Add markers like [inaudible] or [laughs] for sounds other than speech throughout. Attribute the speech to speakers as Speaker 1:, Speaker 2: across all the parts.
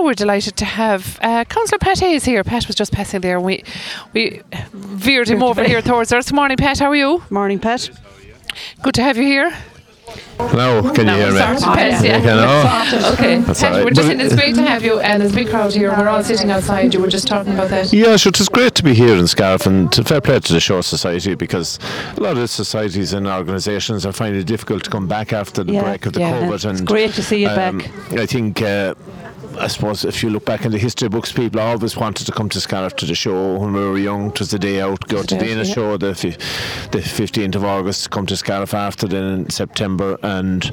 Speaker 1: we're delighted to have uh, Councillor Pat is here. Pat was just passing there, and we we veered him over here towards us. Good morning, Pat. How are you?
Speaker 2: Morning, Pat.
Speaker 1: Good to have you here.
Speaker 3: Hello, can you hear me?
Speaker 1: Sorry, Pat,
Speaker 3: You
Speaker 1: yeah.
Speaker 3: can, oh,
Speaker 1: [laughs] Okay, Pat,
Speaker 3: all right.
Speaker 1: we're just
Speaker 3: But-
Speaker 1: in. It's great to have you, and there's a big crowd here. We're all sitting outside. You were just talking about that.
Speaker 3: Yeah, sure. It's great to be here in Scarf and to fair play to the Shore Society because a lot of societies and organisations are finding it difficult to come back after the
Speaker 2: Yeah,
Speaker 3: break of the
Speaker 1: yeah.
Speaker 3: COVID. And,
Speaker 2: It's great to see you
Speaker 3: um,
Speaker 2: back.
Speaker 3: I think. Uh, I suppose if you look back in the history books, people always wanted to come to Scarf to the show when we were young. It was the day out, go to
Speaker 1: day
Speaker 3: the
Speaker 1: out,
Speaker 3: inner
Speaker 1: yeah.
Speaker 3: show the, fi- the 15th of August, come to Scarf after then in September. And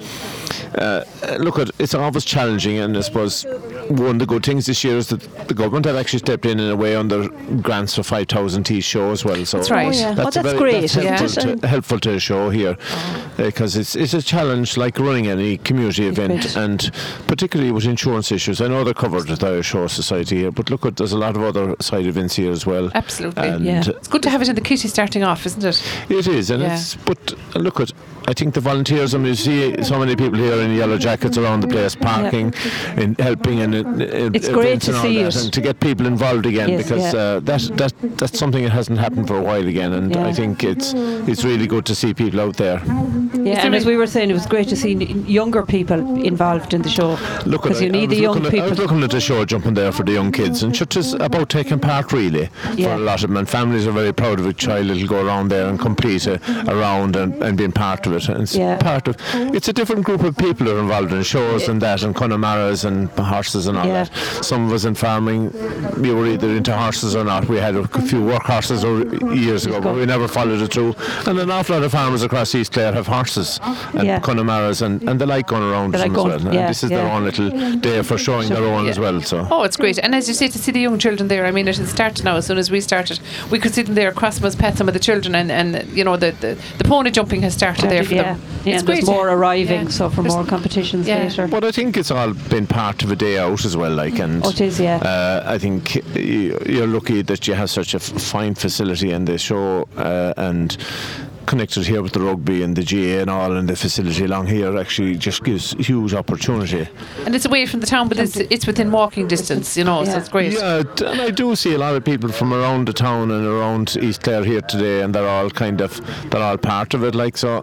Speaker 3: uh, look, it- it's always challenging, and I suppose one of the good things this year is that the government have actually stepped in in a way under grants for 5,000 to each show as well. So
Speaker 1: That's right. Oh, yeah.
Speaker 2: Oh,
Speaker 3: a
Speaker 2: that's
Speaker 3: very-
Speaker 2: great,
Speaker 3: that's
Speaker 2: isn't
Speaker 3: helpful,
Speaker 2: it?
Speaker 3: to, helpful to the show here because it's, it's a challenge like running any community event,
Speaker 2: bet.
Speaker 3: and particularly with insurance issues. I know they're covered with the Irish Shore Society here, but look, there's a lot of other side events here as well.
Speaker 1: Absolutely.
Speaker 3: And
Speaker 2: Yeah.
Speaker 1: It's good to have it in the kitty starting off, isn't it?
Speaker 3: it is, and
Speaker 1: Yeah.
Speaker 3: it's but look at. I think the volunteers. I mean, you see so many people here in yellow jackets around the place, parking and helping, and it, it,
Speaker 2: It's great
Speaker 3: events
Speaker 2: to
Speaker 3: and all
Speaker 2: see
Speaker 3: that,
Speaker 2: it.
Speaker 3: and to get people involved again
Speaker 2: Yes,
Speaker 3: because
Speaker 2: yeah.
Speaker 3: uh, that that that's something that hasn't happened for a while again, and
Speaker 2: Yeah.
Speaker 3: I think it's it's really good to see people out there.
Speaker 2: Yeah, and as we were saying, it was great to see n- younger people involved in the show
Speaker 3: Look at
Speaker 2: because you
Speaker 3: I
Speaker 2: need the
Speaker 3: was
Speaker 2: young
Speaker 3: looking at- I was
Speaker 2: people.
Speaker 3: looking at the show jumping there for the young kids, and it's just about taking part really
Speaker 2: Yeah.
Speaker 3: for a lot of them. And families are very proud of a child that'll go around there and complete uh, around and, and being part of it. And it's
Speaker 2: Yeah.
Speaker 3: part of it's a different group of people who are involved in shows and that, and Connemara's and horses and all
Speaker 2: Yeah.
Speaker 3: that. Some of us in farming, we were either into horses or not. We had a few work horses or years ago, but we never followed it through. And an awful lot of farmers across East Clare have horses and
Speaker 2: Yeah.
Speaker 3: Connemara's and, and they like going around
Speaker 2: They
Speaker 3: them
Speaker 2: like
Speaker 3: as
Speaker 2: going-
Speaker 3: well. And
Speaker 2: yeah,
Speaker 3: this is their
Speaker 2: yeah.
Speaker 3: own little day for showing their own
Speaker 1: yeah.
Speaker 3: as well. So
Speaker 1: Oh, it's great. And as you say, to see the young children there, I mean, it had started now. As soon as we started, we could see them there. Crossmas pet some of the children, and, and you know, the, the, the pony jumping has started there for
Speaker 2: yeah,
Speaker 1: them.
Speaker 2: yeah, and there's more arriving,
Speaker 1: Yeah.
Speaker 2: so for
Speaker 1: There's-
Speaker 2: more competitions
Speaker 1: yeah.
Speaker 2: later.
Speaker 3: but I think it's all been part of a day out as well. Like and
Speaker 2: Oh, it is, yeah.
Speaker 3: uh, I think y- you're lucky that you have such a f- fine facility and the show uh, and connected here with the rugby and the GA and all and the facility along here actually just gives huge opportunity.
Speaker 1: And it's away from the town, but it's, it's within walking distance, you know, so
Speaker 2: Yeah.
Speaker 1: it's great.
Speaker 3: Yeah, t- and I do see a lot of people from around the town and around East Clare here today, and they're all kind of they're all part of it. Like so,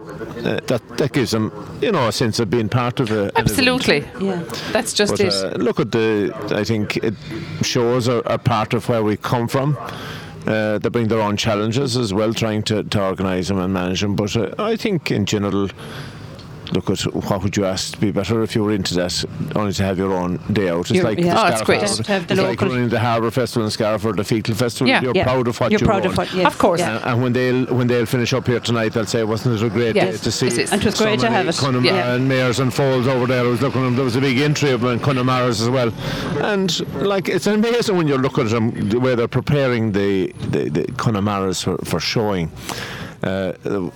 Speaker 3: uh, that that gives them you know a sense of being part of it.
Speaker 1: Absolutely.
Speaker 2: yeah,
Speaker 1: That's just
Speaker 3: But
Speaker 1: it.
Speaker 3: uh, look at the. I think it shows are, are part of where we come from. Uh, they bring their own challenges as well, trying to, to organise them and manage them. But uh, I think in general, look at what would you ask to be better if you were into that, only to have your own day out. It's
Speaker 2: You're-
Speaker 3: like
Speaker 2: yeah.
Speaker 3: the
Speaker 1: Oh, it's great.
Speaker 3: Scarf-
Speaker 2: Just to have the
Speaker 3: it's like
Speaker 2: local-
Speaker 3: running the Harbour Festival in Scarford, the Fetal Festival.
Speaker 1: Yeah.
Speaker 3: You're
Speaker 2: yeah.
Speaker 3: proud of what
Speaker 2: you're
Speaker 3: you
Speaker 2: proud
Speaker 3: own.
Speaker 2: of what, yes,
Speaker 1: Of course.
Speaker 2: yeah.
Speaker 3: And, and when they'll when they'll finish up here tonight, they'll say, "Wasn't it a great
Speaker 1: Yes,
Speaker 3: day to see?"
Speaker 1: it is.
Speaker 2: And it was
Speaker 3: so
Speaker 2: great to
Speaker 3: many
Speaker 2: have it.
Speaker 3: Connemara
Speaker 2: Yeah.
Speaker 3: and Mayors and Falls over there. I was looking at them. There was a big entry of them in Connemara's as well, and like it's amazing when you look at them the way they're preparing the the, the Connemara's for, for showing. Uh, the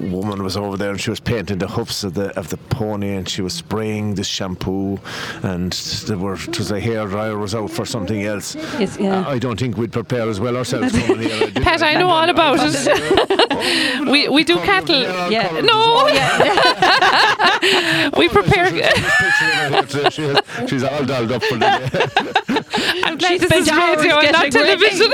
Speaker 3: woman was over there and she was painting the hoofs of the of the pony and she was spraying the shampoo and there were it was a hair dryer was out for something else.
Speaker 2: Yes, yeah.
Speaker 3: I don't think we'd prepare as well ourselves.
Speaker 1: [laughs]
Speaker 3: coming here. I didn't-
Speaker 1: Pat, I know all about it. we we [laughs] do cattle.
Speaker 2: Yeah.
Speaker 1: No, [laughs] we prepare.
Speaker 3: She's, she's all dolled up for the
Speaker 1: I'm glad this
Speaker 2: spent
Speaker 1: is
Speaker 2: hours
Speaker 1: radio and not
Speaker 2: getting ready.
Speaker 1: television.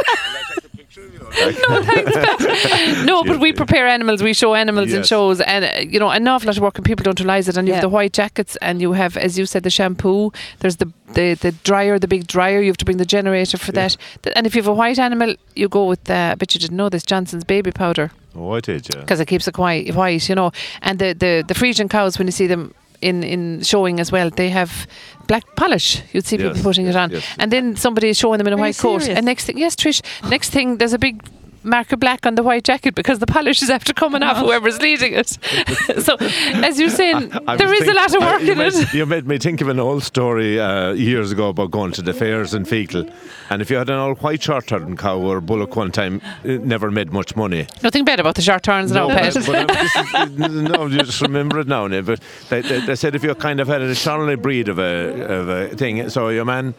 Speaker 1: [laughs] no, thanks, Pat. No, but we prepare animals. We show animals in
Speaker 3: Yes.
Speaker 1: shows, and uh, you know, an awful lot of work, and people don't realise it. And you
Speaker 2: Yeah.
Speaker 1: have the white jackets, and you have, as you said, the shampoo. There's the the, the dryer, the big dryer. You have to bring the generator for that. Th- And if you have a white animal, you go with. Uh, I bet you didn't know this Johnson's baby powder
Speaker 3: Oh, I did, yeah.
Speaker 1: because it keeps it quite white, you know. And the, the, the Frisian cows, when you see them in, in showing as well, they have black polish. You'd see people
Speaker 3: Yes,
Speaker 1: putting
Speaker 3: yes,
Speaker 1: it on.
Speaker 3: yes.
Speaker 1: And then somebody is showing them in a
Speaker 2: Are you
Speaker 1: white coat.
Speaker 2: serious?
Speaker 1: And next thing, yes, Trish, next thing, there's a big mark of black on the white jacket because the polish is after coming
Speaker 2: Oh.
Speaker 1: off whoever's leading it. [laughs] so, as you're saying,
Speaker 3: [laughs] I
Speaker 1: there
Speaker 3: was
Speaker 1: is a
Speaker 3: think-
Speaker 1: lot of
Speaker 3: I-
Speaker 1: work
Speaker 3: Uh, you
Speaker 1: in
Speaker 3: made,
Speaker 1: it.
Speaker 3: You made me think of an old story uh, years ago about going to the fairs in Fecal. And if you had an old white short-haired cow or bullock one time, it never made much money.
Speaker 1: Nothing bad about the short turns now,
Speaker 3: but I-
Speaker 1: Pet.
Speaker 3: but I- this is- no, you just remember it now, Nick. But they, they, they said if you kind of had a Charlotte breed of a, of a thing, so your man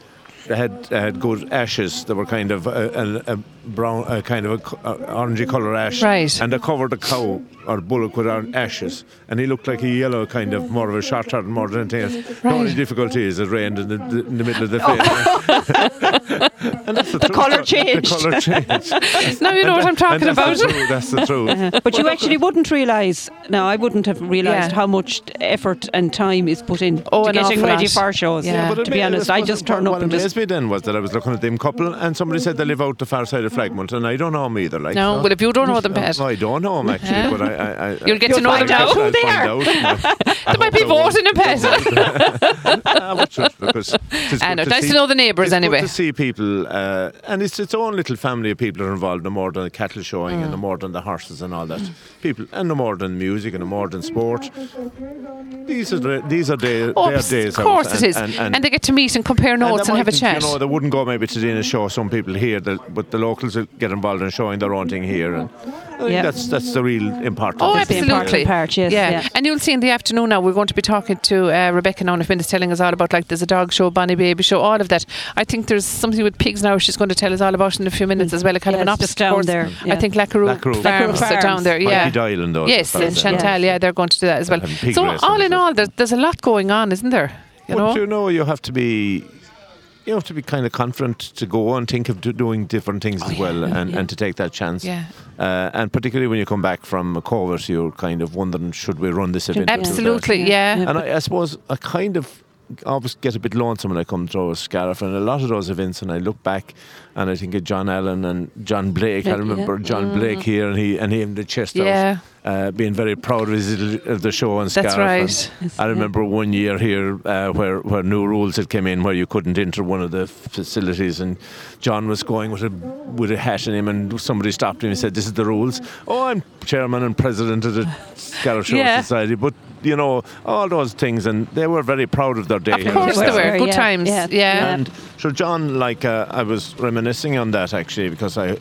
Speaker 3: They had they had good ashes. They were kind of a, a, a brown, a kind of a, co- a orangey colour ash,
Speaker 1: Right.
Speaker 3: And they covered the cow or bullock with our ashes, and he looked like a yellow kind of more of a short haired more than anything else. The only
Speaker 1: Right.
Speaker 3: difficulty is it rained in the, in the middle of the field.
Speaker 1: Oh.
Speaker 3: [laughs] and that's the, truth.
Speaker 2: colour
Speaker 3: The
Speaker 2: changed.
Speaker 3: colour changed.
Speaker 1: Now you know what I'm talking
Speaker 3: and
Speaker 1: about.
Speaker 3: that's The truth, that's the
Speaker 1: [laughs]
Speaker 3: truth.
Speaker 2: But you actually wouldn't realise. No, I wouldn't have realised
Speaker 1: Yeah.
Speaker 2: how much effort and time is put in
Speaker 1: Oh,
Speaker 2: to
Speaker 1: an
Speaker 2: getting
Speaker 1: awful
Speaker 2: ready
Speaker 1: lot.
Speaker 2: for our shows.
Speaker 1: Yeah. Yeah, but
Speaker 2: to be honest, I just turn up
Speaker 3: What
Speaker 2: and just.
Speaker 3: amazed me then was that I was looking at them couple, and somebody said they live out the far side of Flagmont, and I don't know them either. Like,
Speaker 1: No, well, if you don't know them,
Speaker 3: Uh,
Speaker 1: Pat,
Speaker 3: I don't know them actually,
Speaker 1: Yeah.
Speaker 3: but I, I, I
Speaker 1: [laughs] You'll get to
Speaker 3: I'll
Speaker 1: know them
Speaker 3: find
Speaker 1: now.
Speaker 3: out,
Speaker 1: Who
Speaker 3: I'll
Speaker 2: they
Speaker 3: find
Speaker 2: are.
Speaker 1: [laughs]
Speaker 3: out, and I- I
Speaker 1: They might
Speaker 3: hope
Speaker 1: be
Speaker 3: I won't.
Speaker 1: voting in Pet. [laughs]
Speaker 3: Ah, well, sure, because it's
Speaker 1: I
Speaker 3: good
Speaker 1: know.
Speaker 3: to
Speaker 1: Nice
Speaker 3: see-
Speaker 1: to know the neighbours
Speaker 3: it's
Speaker 1: anyway.
Speaker 3: good to see people, uh, and it's its own little family of people are involved. No more than the cattle showing, and no
Speaker 1: Mm.
Speaker 3: more than the horses and all that. People, and no more than music, and no more than sport. These are the, these are day,
Speaker 1: Oh,
Speaker 3: their
Speaker 1: of
Speaker 3: days. out,
Speaker 1: course it is.
Speaker 3: and, and,
Speaker 1: they get to meet and compare
Speaker 3: and
Speaker 1: notes
Speaker 3: they
Speaker 1: and, have a
Speaker 3: mightn't,
Speaker 1: chat.
Speaker 3: You know, they wouldn't go maybe to the inner show. Some people here, they'll- but the locals will get involved in showing their own thing here, and I think
Speaker 2: Yeah.
Speaker 3: that's that's the real important.
Speaker 1: Oh,
Speaker 3: thing.
Speaker 2: the important
Speaker 1: absolutely.
Speaker 2: part, yes,
Speaker 1: yeah.
Speaker 2: yeah.
Speaker 1: and you'll see in the afternoon now. We're going to be talking to uh, Rebecca now in a minute, telling us all about like there's a dog show, Bonnie Baby show, all of that. I think there's something with pigs now. She's going to tell us all about in a few minutes as well. A kind
Speaker 2: Yeah,
Speaker 1: of an
Speaker 2: it's
Speaker 1: obstacle
Speaker 2: just down
Speaker 1: course.
Speaker 2: there,
Speaker 1: I
Speaker 2: yeah.
Speaker 1: think Lackaroo
Speaker 3: Lackaroo.
Speaker 1: Farms,
Speaker 2: Lackaroo
Speaker 1: are down there.
Speaker 2: Farms.
Speaker 1: Yeah,
Speaker 3: Might be Dylan, though,
Speaker 1: Yes,
Speaker 3: as far
Speaker 1: and
Speaker 3: as I know.
Speaker 1: Chantal. Yeah, they're going to do that as well.
Speaker 3: They'll have pig
Speaker 1: So
Speaker 3: races
Speaker 1: all
Speaker 3: and
Speaker 1: in
Speaker 3: stuff.
Speaker 1: all, there's, there's a lot going on, isn't there? You
Speaker 3: But
Speaker 1: know.
Speaker 3: you know, you have to be. You have to be kind of confident to go and think of do- doing different things as well, and, and to take that chance.
Speaker 1: Oh, Yeah.
Speaker 3: Uh, and particularly when you come back from a COVID, you're kind of wondering, should we run this event? into that?
Speaker 1: Absolutely, yeah.
Speaker 3: And I, I suppose I kind of always get a bit lonesome when I come to Scariff and a lot of those events and I look back and I think of John Allen and John Blake. I
Speaker 2: Blake, yeah.
Speaker 3: remember John Blake here and he and he in the chest house,
Speaker 1: Mm. Yeah.
Speaker 3: uh, being very proud of, his, little- of the show on
Speaker 1: That's
Speaker 3: Scariff.
Speaker 1: right.
Speaker 3: And I remember one year here uh, where, where new rules had came in where you couldn't enter one of the facilities and John was going with a with a hat in him and somebody stopped him and said, This is the rules. Oh I'm chairman and president of the Scariff Show
Speaker 1: Yeah.
Speaker 3: Society. But you know, all those things and they were very proud of their day.
Speaker 1: Of
Speaker 3: here in
Speaker 1: course they
Speaker 3: Scariff.
Speaker 1: were. Good
Speaker 2: Yeah,
Speaker 1: times. Yeah.
Speaker 2: yeah, yeah.
Speaker 3: And so, John, like uh, I was reminiscing on that actually because I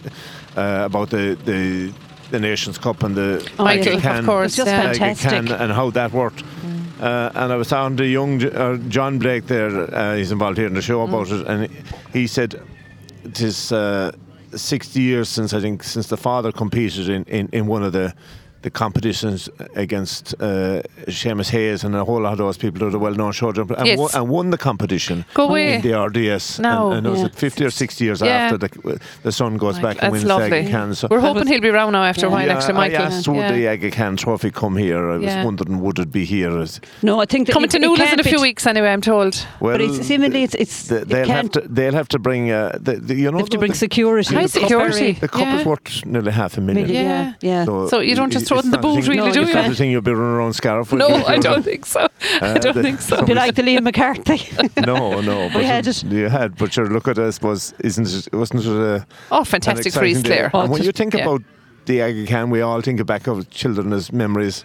Speaker 3: uh, about the the the Nations Cup and the
Speaker 2: Oh,
Speaker 1: Michael,
Speaker 2: yeah.
Speaker 1: of
Speaker 3: Can-
Speaker 1: course,
Speaker 2: It's just
Speaker 1: yeah.
Speaker 3: Aga
Speaker 2: fantastic.
Speaker 3: Khan and how that worked.
Speaker 1: Mm.
Speaker 3: Uh, and I was talking to young uh, John Blake there. Uh, he's involved here in the
Speaker 1: Mm.
Speaker 3: show about it, and he said it is uh, 60 years since I think since the father competed in, in, in one of the the competitions against uh, Seamus Hayes and a whole lot of those people who are well known short jumper and,
Speaker 1: Yes.
Speaker 3: won, and won the competition
Speaker 1: Go away.
Speaker 3: in the RDS. And-
Speaker 1: No.
Speaker 3: and, it was
Speaker 2: Yeah.
Speaker 3: 50 or 60 years
Speaker 1: Yeah.
Speaker 3: after the, the son goes back and
Speaker 1: That's
Speaker 3: wins the
Speaker 1: lovely.
Speaker 3: Aga Khan. So-
Speaker 1: We're hoping he'll be round now after a while,
Speaker 3: yeah,
Speaker 1: actually, Michael.
Speaker 3: I asked would
Speaker 1: Yeah.
Speaker 3: the Aga Khan Trophy come here. I was
Speaker 1: Yeah.
Speaker 3: wondering would it be here. As,
Speaker 2: No, I think
Speaker 3: uh,
Speaker 2: that
Speaker 1: Coming
Speaker 2: it-
Speaker 1: to
Speaker 2: it
Speaker 1: Newlands
Speaker 2: can't
Speaker 1: in a
Speaker 2: be
Speaker 1: few
Speaker 2: t-
Speaker 1: weeks, anyway, I'm told.
Speaker 3: well,
Speaker 2: But it's seemingly it's it's
Speaker 3: they-
Speaker 2: it
Speaker 3: they'll have
Speaker 2: can't-
Speaker 3: to. They'll have to bring. Uh, the, the, you know,
Speaker 2: have to
Speaker 3: the-
Speaker 2: bring
Speaker 3: the,
Speaker 2: security.
Speaker 1: High
Speaker 2: It's very-
Speaker 1: security.
Speaker 3: The cup
Speaker 1: Yeah.
Speaker 3: is worth nearly half a million.
Speaker 1: Million.
Speaker 2: Yeah,
Speaker 1: Yeah.
Speaker 2: yeah.
Speaker 1: So you don't
Speaker 3: it-
Speaker 1: just throw it in the
Speaker 3: it's not a
Speaker 1: boot,
Speaker 3: thing-
Speaker 1: really,
Speaker 2: No, do
Speaker 3: it's
Speaker 2: you?
Speaker 3: not a thing you'll be running around Scariff with.
Speaker 1: No,
Speaker 3: You
Speaker 1: I
Speaker 3: know.
Speaker 1: don't think so. I don't
Speaker 3: the-
Speaker 1: think so.
Speaker 2: It'd be like the Liam McCarthy.
Speaker 3: [laughs] No, no. But
Speaker 2: had
Speaker 3: it-
Speaker 2: it.
Speaker 3: You had, but sure, look at it, I suppose, isn't it, wasn't it a,
Speaker 1: Oh,
Speaker 3: an
Speaker 1: fantastic
Speaker 3: exciting
Speaker 1: freeze
Speaker 3: day?
Speaker 1: there.
Speaker 2: Oh,
Speaker 3: And when
Speaker 2: just-
Speaker 3: you think
Speaker 1: yeah.
Speaker 3: about the Aga Khan, we all think back of children as memories.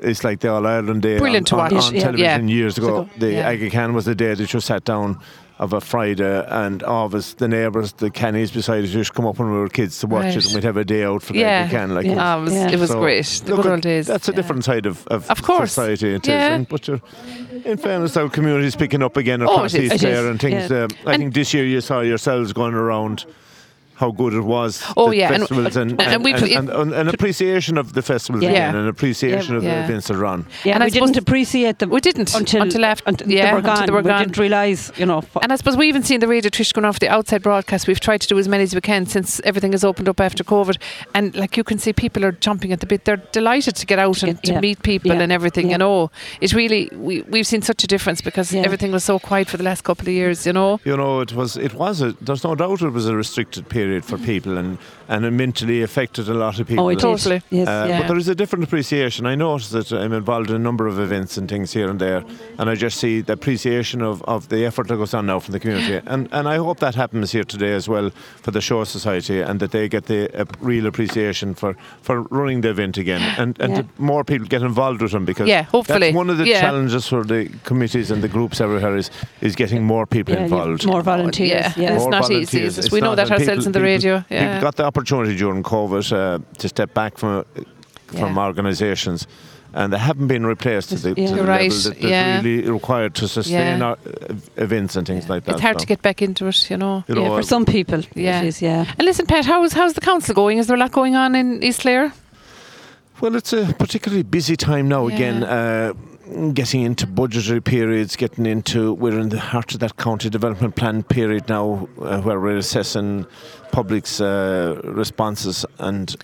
Speaker 3: It's like the All Ireland day
Speaker 1: Brilliant to
Speaker 3: on, on-
Speaker 1: watch.
Speaker 3: on
Speaker 1: Yeah.
Speaker 3: television
Speaker 1: Yeah.
Speaker 3: years ago.
Speaker 1: ago.
Speaker 3: The
Speaker 1: Yeah.
Speaker 3: Aga Khan was the day that you sat down of a Friday, and all of us, the neighbours, the cannies beside us, used to come up when we were kids to watch
Speaker 1: Right.
Speaker 3: it, and we'd have a day out for the
Speaker 1: Yeah.
Speaker 3: Aga Khan. Like
Speaker 2: Yeah.
Speaker 1: Ah, it was,
Speaker 2: Yeah.
Speaker 1: it was
Speaker 3: so,
Speaker 1: great. The
Speaker 3: look,
Speaker 1: good old days.
Speaker 3: That's a
Speaker 1: Yeah.
Speaker 3: different side of, of,
Speaker 1: Of course.
Speaker 3: society. It is.
Speaker 1: Yeah.
Speaker 3: And, but you're, in fairness, our community's picking up again
Speaker 1: Oh,
Speaker 3: across
Speaker 1: it is.
Speaker 3: East
Speaker 1: It
Speaker 3: Clare
Speaker 2: is.
Speaker 3: and things.
Speaker 2: Yeah.
Speaker 3: Um, I
Speaker 1: And-
Speaker 3: think this year you saw yourselves going around how good it was.
Speaker 1: Oh,
Speaker 3: the
Speaker 1: yeah, and-
Speaker 3: festivals and
Speaker 1: and- and
Speaker 3: and,
Speaker 1: we-
Speaker 3: and, and, and an appreciation of the festivals
Speaker 2: Yeah.
Speaker 3: again, an appreciation
Speaker 2: Yeah.
Speaker 3: of
Speaker 1: Yeah.
Speaker 3: the events around.
Speaker 2: Yeah,
Speaker 1: And
Speaker 2: and
Speaker 1: I
Speaker 2: we
Speaker 1: suppose-
Speaker 2: didn't appreciate them.
Speaker 1: We didn't
Speaker 2: until
Speaker 1: until af-
Speaker 2: until
Speaker 1: yeah,
Speaker 2: they were
Speaker 1: until
Speaker 2: gone.
Speaker 1: they were gone.
Speaker 2: We didn't realise, you know. fu-
Speaker 1: And I suppose we even see in the radio Trish going off the outside broadcast. We've tried to do as many as we can since everything has opened up after COVID. And like you can see, people are jumping at the bit. They're delighted to get out and
Speaker 2: get-
Speaker 1: to
Speaker 2: yeah.
Speaker 1: meet people
Speaker 2: Yeah.
Speaker 1: and everything.
Speaker 2: Yeah.
Speaker 1: You know, it's really we we've seen such a difference because
Speaker 2: Yeah.
Speaker 1: everything was so quiet for the last couple of years. You know,
Speaker 3: You know, it was it was a there's no doubt it was a restricted period for people and and it mentally affected a lot of people.
Speaker 2: oh, it
Speaker 3: And
Speaker 2: did.
Speaker 1: Totally.
Speaker 2: Yes,
Speaker 3: Uh,
Speaker 2: yeah.
Speaker 3: But there is a different appreciation. I notice that I'm involved in a number of events and things here and there, and I just see the appreciation of, of the effort that goes on now from the community. And and I hope that happens here today as well for the Shore Society, and that they get the uh, real appreciation for, for running the event again, and and
Speaker 2: Yeah.
Speaker 3: that more people get involved with them because
Speaker 1: Yeah, hopefully.
Speaker 3: that's one of the
Speaker 1: Yeah.
Speaker 3: challenges for the committees and the groups everywhere is is getting more people
Speaker 2: Yeah, you-
Speaker 3: involved.
Speaker 2: More volunteers.
Speaker 1: yeah,
Speaker 2: yeah.
Speaker 1: It's
Speaker 3: More
Speaker 1: not easy, is
Speaker 3: volunteers.
Speaker 1: it?
Speaker 3: It's
Speaker 1: We know
Speaker 3: not,
Speaker 1: that
Speaker 3: and
Speaker 1: ourselves in the radio, yeah.
Speaker 3: People got the opportunity during COVID uh, to step back from uh, from
Speaker 1: Yeah.
Speaker 3: organisations and they haven't been replaced to the,
Speaker 2: Yeah.
Speaker 3: to the
Speaker 1: You're right,
Speaker 3: level that, that's
Speaker 1: yeah.
Speaker 3: really required to sustain
Speaker 1: Yeah.
Speaker 3: our, uh, events and things like that.
Speaker 1: It's hard
Speaker 3: so,
Speaker 1: to get back into it, you know.
Speaker 3: you
Speaker 2: yeah,
Speaker 3: know,
Speaker 2: for some people,
Speaker 1: Yeah.
Speaker 2: it is. Yeah,
Speaker 1: And listen, Pat, how's how's the council going? Is there a lot going on in East Clare?
Speaker 3: Well, it's a particularly busy time now
Speaker 1: Yeah.
Speaker 3: again. Uh, Getting into budgetary periods, getting into we're in the heart of that county development plan period now, uh, where we're assessing public's uh, responses, and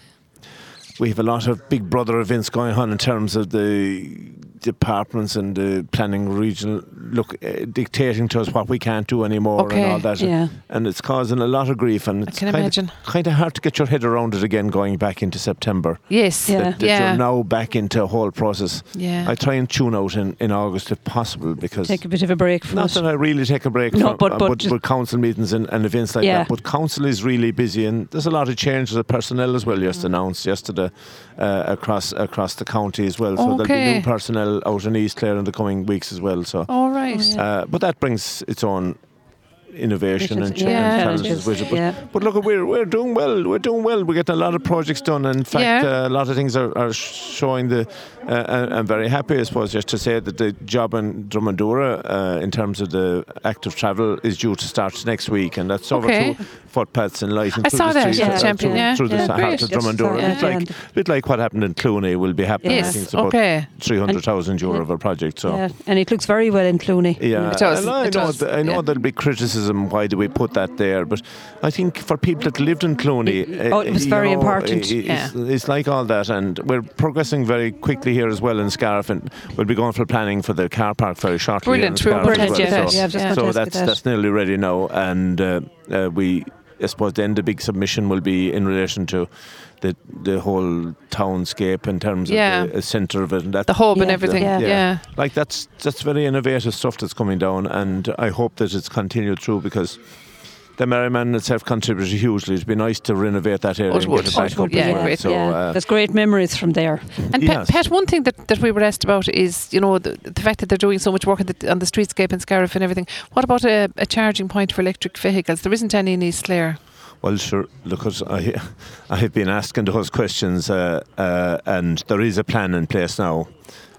Speaker 3: we have a lot of big brother events going on in terms of the departments and the planning region look uh, dictating to us what we can't do anymore
Speaker 1: Okay,
Speaker 3: and all that,
Speaker 2: yeah.
Speaker 3: and it's causing a lot of grief, and
Speaker 1: I
Speaker 3: it's
Speaker 1: can imagine.
Speaker 3: kind of hard to get your head around it again going back into September
Speaker 1: Yes.
Speaker 2: Yeah.
Speaker 1: Yeah.
Speaker 3: that, that
Speaker 1: Yeah.
Speaker 3: you're now back into a whole process. I try and tune out in, in August if possible because
Speaker 2: Take a bit of a break from
Speaker 3: not
Speaker 2: it.
Speaker 3: that I really take a break
Speaker 2: No,
Speaker 3: from
Speaker 2: but-
Speaker 3: uh,
Speaker 2: but
Speaker 3: but,
Speaker 2: just-
Speaker 3: but council meetings and, and events like
Speaker 2: Yeah.
Speaker 3: that. But council is really busy and there's a lot of changes of personnel as well. Just
Speaker 2: Mm.
Speaker 3: announced yesterday uh, across across the county as well. So there'll be
Speaker 1: Okay.
Speaker 3: new personnel out in East Clare in the coming weeks as well. So,
Speaker 2: Oh,
Speaker 1: All right.
Speaker 3: uh, but that brings its own innovation and, cha-
Speaker 1: yeah.
Speaker 3: and challenges with it. But
Speaker 2: Yeah.
Speaker 3: but look, we're we're doing well. We're doing well. We're getting a lot of projects done. In fact,
Speaker 1: Yeah.
Speaker 3: uh, a lot of things are, are showing the. Uh, and I'm very happy, I suppose, just to say that the job in Drummondura, uh, in terms of the active travel, is due to start next week, and that's over
Speaker 1: Okay.
Speaker 3: two footpaths and lighting.
Speaker 1: I
Speaker 3: through
Speaker 1: saw
Speaker 3: the
Speaker 1: that,
Speaker 3: streets,
Speaker 2: yeah,
Speaker 3: uh,
Speaker 1: Champion,
Speaker 3: through,
Speaker 1: yeah.
Speaker 3: through the
Speaker 1: Yeah,
Speaker 3: sa-
Speaker 1: great.
Speaker 3: heart of Drummondura.
Speaker 2: Yeah.
Speaker 3: It's like
Speaker 2: Yeah.
Speaker 3: bit like what happened in Clooney will be happening. I
Speaker 1: yes.
Speaker 3: think it's about
Speaker 1: Okay.
Speaker 3: 300,000 euro of a project. So.
Speaker 2: Yeah, and it looks very well in Clooney.
Speaker 3: Yeah,
Speaker 1: It does,
Speaker 3: and I
Speaker 1: it
Speaker 3: know,
Speaker 1: does,
Speaker 3: th- I know
Speaker 1: yeah.
Speaker 3: there'll be criticism. Why do we put that there? But I think for people that lived in Cloney, eh,
Speaker 2: It- oh, it was very important,
Speaker 3: It's, it's like all that, and we're progressing very quickly here as well in Scariff, and we'll be going for planning for the car park very shortly.
Speaker 1: Brilliant,
Speaker 3: in
Speaker 1: we were
Speaker 3: Scariff as
Speaker 1: brilliant,
Speaker 3: well,
Speaker 1: yeah.
Speaker 3: so
Speaker 1: Yeah,
Speaker 2: just
Speaker 3: so
Speaker 2: fantastic
Speaker 3: that's
Speaker 2: that.
Speaker 3: that's nearly ready now, and uh, uh, we. I suppose then the big submission will be in relation to the the whole townscape in terms
Speaker 1: Yeah.
Speaker 3: of the uh, centre of it, and that
Speaker 1: The hub and
Speaker 2: Yeah.
Speaker 1: everything. Yeah.
Speaker 2: Yeah.
Speaker 1: Yeah.
Speaker 3: like that's that's very innovative stuff that's coming down, and I hope that it's continued through because the Merryman itself contributed hugely. It'd be nice to renovate that area.
Speaker 1: It
Speaker 3: and
Speaker 1: would.
Speaker 3: get it
Speaker 1: Oh,
Speaker 3: back
Speaker 1: it would
Speaker 3: up
Speaker 1: be,
Speaker 3: as
Speaker 1: yeah,
Speaker 3: well.
Speaker 1: great,
Speaker 3: So,
Speaker 2: yeah.
Speaker 3: uh,
Speaker 2: There's great memories from there.
Speaker 1: And
Speaker 3: Yes.
Speaker 1: Pat, Pat, one thing that, that we were asked about is, you know, the, the fact that they're doing so much work on the, on the streetscape and Scariff and everything. What about a, a charging point for electric vehicles? There isn't any in East Clare.
Speaker 3: Well, sure. Look, as I, [laughs] I have been asking those questions, uh, uh, and there is a plan in place now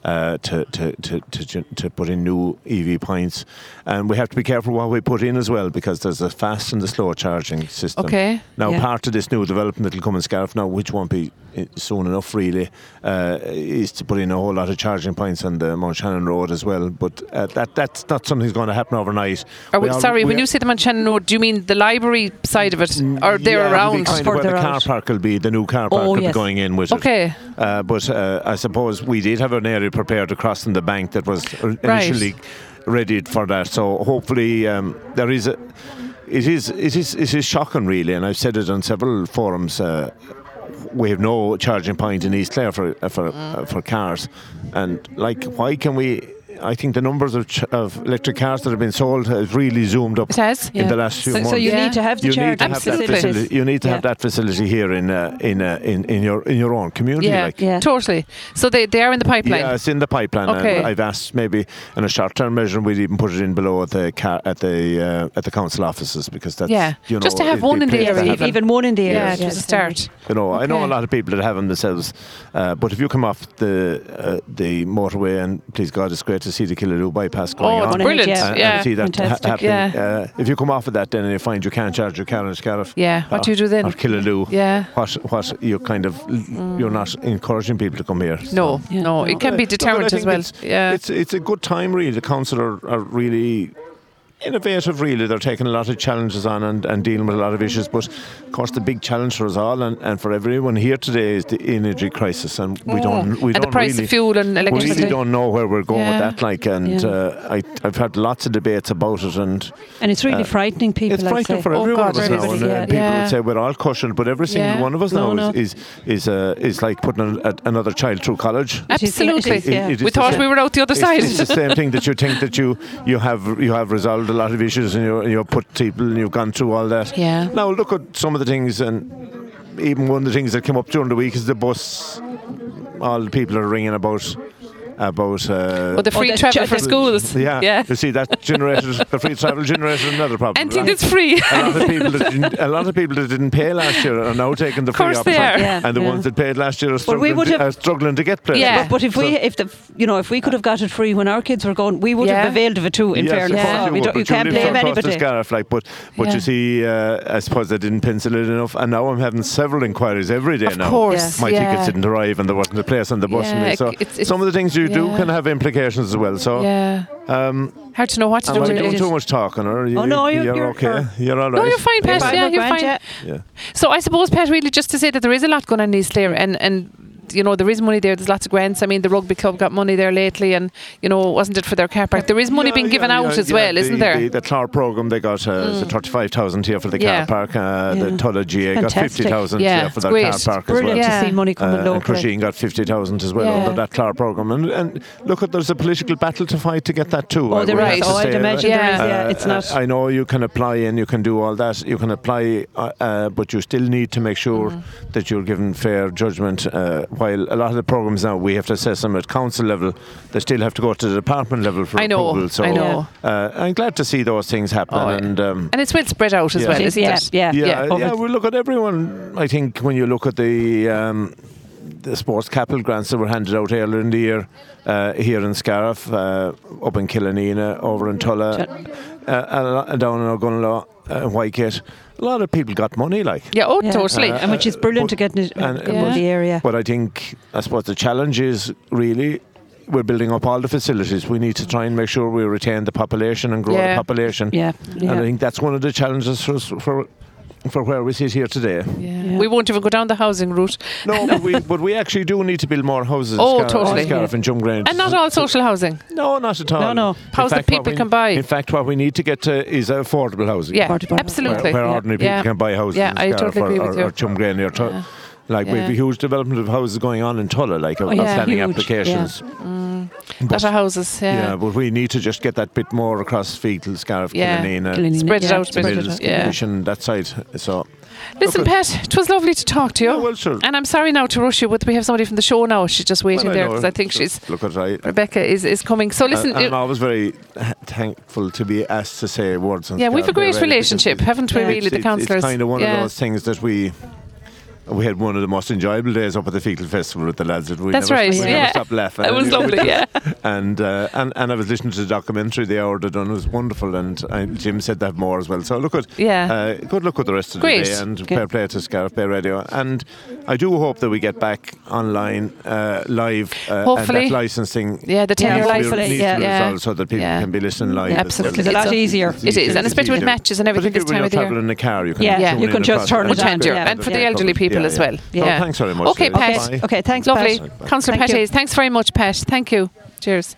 Speaker 3: uh, to, to, to, to, gen- to put in new EV points. And we have to be careful what we put in as well, because there's a fast and a slow charging system.
Speaker 1: Okay.
Speaker 3: Now,
Speaker 2: Yeah.
Speaker 3: part of this new development that will come in Scariff now, which won't be eh, soon enough really, uh, is to put in a whole lot of charging points on the Mount Shannon Road as well. But uh, that that's not something that's going to happen overnight.
Speaker 1: Or
Speaker 3: We
Speaker 1: we-
Speaker 3: al-
Speaker 1: sorry,
Speaker 3: we
Speaker 1: when
Speaker 3: are- Mm,
Speaker 1: you say the Shannon Road, do you mean the library side of it, or they're
Speaker 3: yeah, it'll be
Speaker 1: around?
Speaker 3: kind of
Speaker 2: Or
Speaker 3: where the
Speaker 2: they're
Speaker 3: car
Speaker 2: out.
Speaker 3: park will be, the new car park
Speaker 2: Oh,
Speaker 3: will be
Speaker 2: yes.
Speaker 3: going in with it.
Speaker 1: Okay.
Speaker 3: Uh, but uh, I suppose we did have an area prepared across in the bank that was r-
Speaker 1: Right.
Speaker 3: initially ready for that. So hopefully um, there is a. It is it is it is shocking really, and I've said it on several forums. Uh, we have no charging point in East Clare for uh, for uh, for cars, and like why can we? I think the numbers of, ch- of electric cars that have been sold has really zoomed up
Speaker 1: It has.
Speaker 3: in
Speaker 2: Yeah.
Speaker 3: the last few
Speaker 2: So,
Speaker 3: months
Speaker 2: so you
Speaker 1: Yeah.
Speaker 2: need to have the
Speaker 3: you need to
Speaker 2: charging
Speaker 3: have that
Speaker 1: Absolutely.
Speaker 3: facility. You need to have
Speaker 2: Yeah.
Speaker 3: that facility here in uh, in, uh, in in your in your own community.
Speaker 1: Yeah,
Speaker 3: like.
Speaker 2: Yeah.
Speaker 1: totally. So they, they are in the pipeline.
Speaker 3: Yeah, it's in the pipeline. and
Speaker 1: Okay.
Speaker 3: I've asked maybe in a short-term measure we'd even put it in below at the ca- at the uh, at the council offices because that's
Speaker 1: Yeah.
Speaker 3: you know,
Speaker 1: Just to have
Speaker 3: it'd be
Speaker 1: one in the
Speaker 3: pleased to
Speaker 1: area,
Speaker 3: have it.
Speaker 2: Even one in the
Speaker 1: Yeah,
Speaker 2: air.
Speaker 1: it was a start.
Speaker 3: You know, I know a
Speaker 1: Okay.
Speaker 3: lot of people that have them themselves, uh, but if you come off the uh, the motorway and please God, it's great to see the Killaloo bypass going
Speaker 1: Oh, it's
Speaker 3: on.
Speaker 1: brilliant.
Speaker 2: Yeah.
Speaker 1: Yeah.
Speaker 3: And,
Speaker 1: Yeah.
Speaker 3: and see that ha-
Speaker 2: Fantastic.
Speaker 3: happening.
Speaker 1: Yeah.
Speaker 3: Uh, if you come off of that, then you find you can't charge your car in Scariff. Oh,
Speaker 1: What do you do
Speaker 3: Or
Speaker 1: then?
Speaker 3: Killaloo.
Speaker 1: Yeah.
Speaker 3: what what you're kind of you're not encouraging people to come here.
Speaker 1: No,
Speaker 2: Yeah.
Speaker 1: no.
Speaker 2: No.
Speaker 1: It can be
Speaker 3: Look, I
Speaker 1: deterrent
Speaker 3: think
Speaker 1: as well.
Speaker 3: It's,
Speaker 1: Yeah.
Speaker 3: it's it's a good time really. The council are, are really innovative really they're taking a lot of challenges on and, and dealing with a lot of issues but of course the big challenge for us all and, and for everyone here today is the energy crisis and we don't we
Speaker 1: Oh. and the
Speaker 3: don't
Speaker 1: price
Speaker 3: really
Speaker 1: of fuel and
Speaker 3: we
Speaker 1: electricity.
Speaker 3: really don't know where we're going
Speaker 1: Yeah.
Speaker 3: with that like and
Speaker 2: Yeah.
Speaker 3: uh, I, I've had lots of debates about it and
Speaker 2: And it's really
Speaker 3: Uh,
Speaker 2: frightening people.
Speaker 3: it's
Speaker 2: I'd
Speaker 3: frightening
Speaker 2: say.
Speaker 3: for
Speaker 1: Oh,
Speaker 3: everyone
Speaker 1: God,
Speaker 3: of us now, and,
Speaker 2: everybody,
Speaker 3: and uh,
Speaker 2: yeah.
Speaker 3: people
Speaker 1: Yeah.
Speaker 3: would say we're all cushioned, but every single
Speaker 1: Yeah.
Speaker 3: one of us
Speaker 2: No,
Speaker 3: now
Speaker 2: no.
Speaker 3: is is is, uh, is like putting an, a, another child through college.
Speaker 1: Absolutely.
Speaker 2: It is, yeah.
Speaker 3: It- it is
Speaker 1: we
Speaker 3: the
Speaker 1: thought
Speaker 3: same-
Speaker 1: we were out the other
Speaker 3: It's,
Speaker 1: side. [laughs]
Speaker 3: it's the same thing that you think that you you have you have resolved a lot of issues and you you put people and you've gone through all that.
Speaker 1: Yeah.
Speaker 3: Now look at some of the things and even one of the things that came up during the week is the bus. All the people are ringing about about. Uh,
Speaker 1: Well, the free
Speaker 2: the
Speaker 1: travel
Speaker 2: ch-
Speaker 1: for
Speaker 2: the-
Speaker 1: schools.
Speaker 3: yeah,
Speaker 1: yeah.
Speaker 3: You see,
Speaker 1: [laughs]
Speaker 3: that generated the free travel generated another problem.
Speaker 1: Anything
Speaker 3: right?
Speaker 1: that's
Speaker 3: [laughs]
Speaker 1: free.
Speaker 3: a lot of people that didn't, a lot of people that didn't pay last year are now taking the free
Speaker 1: course
Speaker 3: option,
Speaker 1: they are.
Speaker 2: Yeah,
Speaker 3: and the
Speaker 2: yeah.
Speaker 3: ones that paid last year are
Speaker 2: Well,
Speaker 3: struggling,
Speaker 2: we would
Speaker 3: to,
Speaker 2: have-
Speaker 3: are struggling to get places.
Speaker 1: Yeah.
Speaker 2: But, but if we, if the, you know, if we could have got it free when our kids were going, we would
Speaker 1: Yeah.
Speaker 2: have availed of it too. In
Speaker 3: Yes, of
Speaker 2: fairness, uh,
Speaker 3: course
Speaker 1: Yeah.
Speaker 2: we
Speaker 3: would,
Speaker 2: don't, you
Speaker 3: but
Speaker 2: can't
Speaker 3: live
Speaker 2: blame
Speaker 3: across
Speaker 2: anybody.
Speaker 3: The scarf, like, but but
Speaker 1: Yeah.
Speaker 3: you see, uh, I suppose I didn't pencil it enough, and now I'm having several inquiries every day
Speaker 1: Of
Speaker 3: now.
Speaker 1: course,
Speaker 3: my
Speaker 1: yeah.
Speaker 3: tickets didn't arrive, and there wasn't a place on the bus.
Speaker 1: Yeah,
Speaker 3: and so
Speaker 1: it's- it's-
Speaker 3: some of the things you do
Speaker 1: yeah.
Speaker 3: can have implications as well. So.
Speaker 1: yeah.
Speaker 3: Oh. Um,
Speaker 1: Hard to know what to
Speaker 3: am
Speaker 1: do.
Speaker 3: I
Speaker 1: really.
Speaker 3: doing too much talking, or you,
Speaker 2: Oh, no, you're-
Speaker 3: you're
Speaker 2: you're-
Speaker 3: okay?
Speaker 2: you're-
Speaker 3: You're all right.
Speaker 1: No, you're fine, Pat.
Speaker 2: Fine,
Speaker 1: Yeah,
Speaker 2: we're
Speaker 1: you're
Speaker 2: grand,
Speaker 1: fine.
Speaker 2: yeah.
Speaker 3: Yeah.
Speaker 1: So I suppose, Pat, really just to say that there is a lot going on in East Clare and, and you know, there is money there. There's lots of grants. I mean, the rugby club got money there lately and, you know, wasn't it for their car park? There is money
Speaker 3: Yeah,
Speaker 1: being
Speaker 3: yeah,
Speaker 1: given
Speaker 3: yeah,
Speaker 1: out as
Speaker 3: yeah,
Speaker 1: well,
Speaker 3: the,
Speaker 1: isn't there?
Speaker 3: The, the Clark programme, they got uh, the 35,000 here for the
Speaker 1: Yeah.
Speaker 3: car park. Uh, The
Speaker 2: Yeah.
Speaker 3: Tulla GA got
Speaker 2: Fantastic.
Speaker 3: 50,000
Speaker 1: Yeah,
Speaker 3: here for
Speaker 1: it's
Speaker 3: their
Speaker 1: great.
Speaker 3: car park as well.
Speaker 2: Brilliant
Speaker 1: Yeah.
Speaker 2: to see money coming
Speaker 3: Uh, and
Speaker 2: locally.
Speaker 3: Crosheen got 50,000 as well
Speaker 1: Yeah.
Speaker 3: under that Clark programme. And, and look, at there's a political battle to fight to get that too.
Speaker 2: Oh,
Speaker 3: I
Speaker 2: there
Speaker 3: would
Speaker 1: Right.
Speaker 2: is.
Speaker 3: have to
Speaker 2: Oh, I'd
Speaker 3: say.
Speaker 2: imagine there is.
Speaker 1: Yeah.
Speaker 2: Yeah, it's
Speaker 3: Uh,
Speaker 2: not.
Speaker 3: I know you can apply and you can do all that. You can apply, uh, uh, but you still need to make sure
Speaker 1: Mm-hmm.
Speaker 3: that you're given fair judgment. Uh, while a lot of the programs now we have to assess them at council level, they still have to go to the department level for
Speaker 1: I know,
Speaker 3: approval. So
Speaker 1: I know.
Speaker 3: Uh, I'm glad to see those things happen.
Speaker 1: Oh, yeah.
Speaker 3: And um,
Speaker 1: And it's well spread out as
Speaker 3: Yeah.
Speaker 1: well,
Speaker 2: Yes,
Speaker 1: isn't
Speaker 2: yeah,
Speaker 1: it?
Speaker 2: yeah,
Speaker 3: yeah,
Speaker 1: Yeah.
Speaker 3: yeah,
Speaker 2: Of it.
Speaker 3: we look at everyone. I think when you look at the um, the sports capital grants that were handed out earlier in the year uh, here in Scariff, uh, up in Killinina, over in Tulla, uh, uh, down in Ogunlaw, uh, Waikate. A lot of people got money, like.
Speaker 1: Yeah, oh,
Speaker 2: Yeah. Uh,
Speaker 1: totally.
Speaker 2: and which is brilliant to get in it,
Speaker 3: and-
Speaker 2: uh,
Speaker 1: Yeah.
Speaker 2: the area.
Speaker 3: But I think, I suppose the challenge is really we're building up all the facilities. We need to try and make sure we retain the population and grow
Speaker 1: Yeah.
Speaker 3: the population.
Speaker 2: Yeah,
Speaker 3: And I
Speaker 2: yeah.
Speaker 3: think that's one of the challenges for us, for, for where we sit here today.
Speaker 1: yeah.
Speaker 2: Yeah.
Speaker 1: We won't even go down the housing route. [laughs]
Speaker 3: No, but we, but we actually do need to build more houses.
Speaker 1: Oh,
Speaker 3: in Scar-
Speaker 1: totally.
Speaker 3: in Scariff and Jumgrange.
Speaker 1: And not all social housing.
Speaker 3: No, not at all.
Speaker 2: No, no.
Speaker 3: In
Speaker 1: How's that
Speaker 3: fact, what
Speaker 1: people
Speaker 3: we-
Speaker 1: can buy?
Speaker 3: In fact, what we need to get to is affordable housing.
Speaker 1: Yeah,
Speaker 2: Affordable.
Speaker 3: Where,
Speaker 1: absolutely.
Speaker 3: where ordinary people
Speaker 1: Yeah.
Speaker 3: can buy houses.
Speaker 1: Yeah,
Speaker 3: in
Speaker 1: I
Speaker 3: Scarf
Speaker 1: totally
Speaker 3: or,
Speaker 1: agree
Speaker 3: or,
Speaker 1: with you.
Speaker 3: Or Jumgrange or Tull-
Speaker 1: Yeah.
Speaker 3: Like, we
Speaker 1: Yeah. Oh,
Speaker 3: have a huge development of houses going on in Tulla, like of
Speaker 2: yeah.
Speaker 3: outstanding
Speaker 2: Huge,
Speaker 3: applications.
Speaker 1: Lot of houses,
Speaker 3: Yeah.
Speaker 1: Mm. yeah.
Speaker 3: but we need to just get that bit more across Fetal, Scarf,
Speaker 1: Yeah.
Speaker 3: Killinina,
Speaker 1: Spread it
Speaker 2: Yeah.
Speaker 1: out a
Speaker 3: the
Speaker 1: bit.
Speaker 3: Mills,
Speaker 1: Yeah.
Speaker 3: Commission, that side. So,
Speaker 1: Listen,
Speaker 3: Look
Speaker 1: Pat, it was lovely to talk to you.
Speaker 3: Yeah, well, sure.
Speaker 1: And I'm sorry now to rush you, but we have somebody from the show now. She's just waiting
Speaker 3: Well,
Speaker 1: there
Speaker 3: know,
Speaker 1: because I think
Speaker 3: so
Speaker 1: she's
Speaker 3: Look at I,
Speaker 1: Rebecca is, is coming. So listen,
Speaker 3: and,
Speaker 1: it-
Speaker 3: and I was very h- thankful to be asked to say words. on
Speaker 1: yeah, we've a
Speaker 3: Scarf
Speaker 1: great
Speaker 3: Day, really, because
Speaker 1: relationship,
Speaker 3: it's-
Speaker 1: haven't we?
Speaker 2: Yeah.
Speaker 1: Really,
Speaker 3: it's,
Speaker 1: the
Speaker 3: it's-
Speaker 1: councillors.
Speaker 3: It's kind of one
Speaker 1: yeah.
Speaker 3: of those things that we. We had one of the most enjoyable days up at the Fecal Festival with the lads that we
Speaker 1: That's
Speaker 3: never,
Speaker 1: right,
Speaker 3: we never
Speaker 1: yeah.
Speaker 3: stopped laughing.
Speaker 1: That was
Speaker 3: And we-
Speaker 1: lovely. Yeah,
Speaker 3: And, uh, and and I was listening to the documentary the hour they done was wonderful and I, Jim said they have more as well. So look at
Speaker 1: Yeah.
Speaker 3: uh, good luck with the rest of
Speaker 1: Great.
Speaker 3: the day and
Speaker 2: Okay.
Speaker 3: fair play to Scarf Bay Radio. And I do hope that we get back online uh, live uh,
Speaker 1: Hopefully.
Speaker 3: and that licensing
Speaker 1: yeah. The ten
Speaker 2: Yeah,
Speaker 1: year
Speaker 3: needs
Speaker 1: license.
Speaker 2: life
Speaker 3: to be,
Speaker 2: hopefully,
Speaker 3: needs
Speaker 1: yeah,
Speaker 3: to be
Speaker 1: yeah.
Speaker 3: resolved so that people
Speaker 1: Yeah.
Speaker 3: can be listening live. as well.
Speaker 1: Absolutely.
Speaker 2: It's a lot
Speaker 1: It's a-
Speaker 2: easier.
Speaker 1: It is, and especially with matches and everything this
Speaker 3: Particularly
Speaker 1: time
Speaker 3: when
Speaker 1: of
Speaker 3: you're
Speaker 1: the year.
Speaker 3: traveling in a car, you can,
Speaker 2: Yeah,
Speaker 3: tune
Speaker 2: you
Speaker 3: in
Speaker 2: can
Speaker 3: and
Speaker 2: just
Speaker 3: across
Speaker 2: turn it
Speaker 3: and
Speaker 2: on,
Speaker 3: it's great.
Speaker 2: yeah.
Speaker 1: And for the
Speaker 2: Yeah.
Speaker 1: elderly people
Speaker 3: Yeah,
Speaker 1: as
Speaker 3: yeah.
Speaker 1: well.
Speaker 3: So
Speaker 1: Yeah.
Speaker 3: [laughs] thanks very much.
Speaker 1: Okay,
Speaker 3: Lily.
Speaker 1: Pat.
Speaker 3: Bye.
Speaker 2: Okay, thanks,
Speaker 1: Lovely.
Speaker 2: Pat.
Speaker 1: Councillor
Speaker 2: Thank
Speaker 1: Pat
Speaker 2: you.
Speaker 1: Hayes. Thanks very much, Pat. Thank you. Cheers.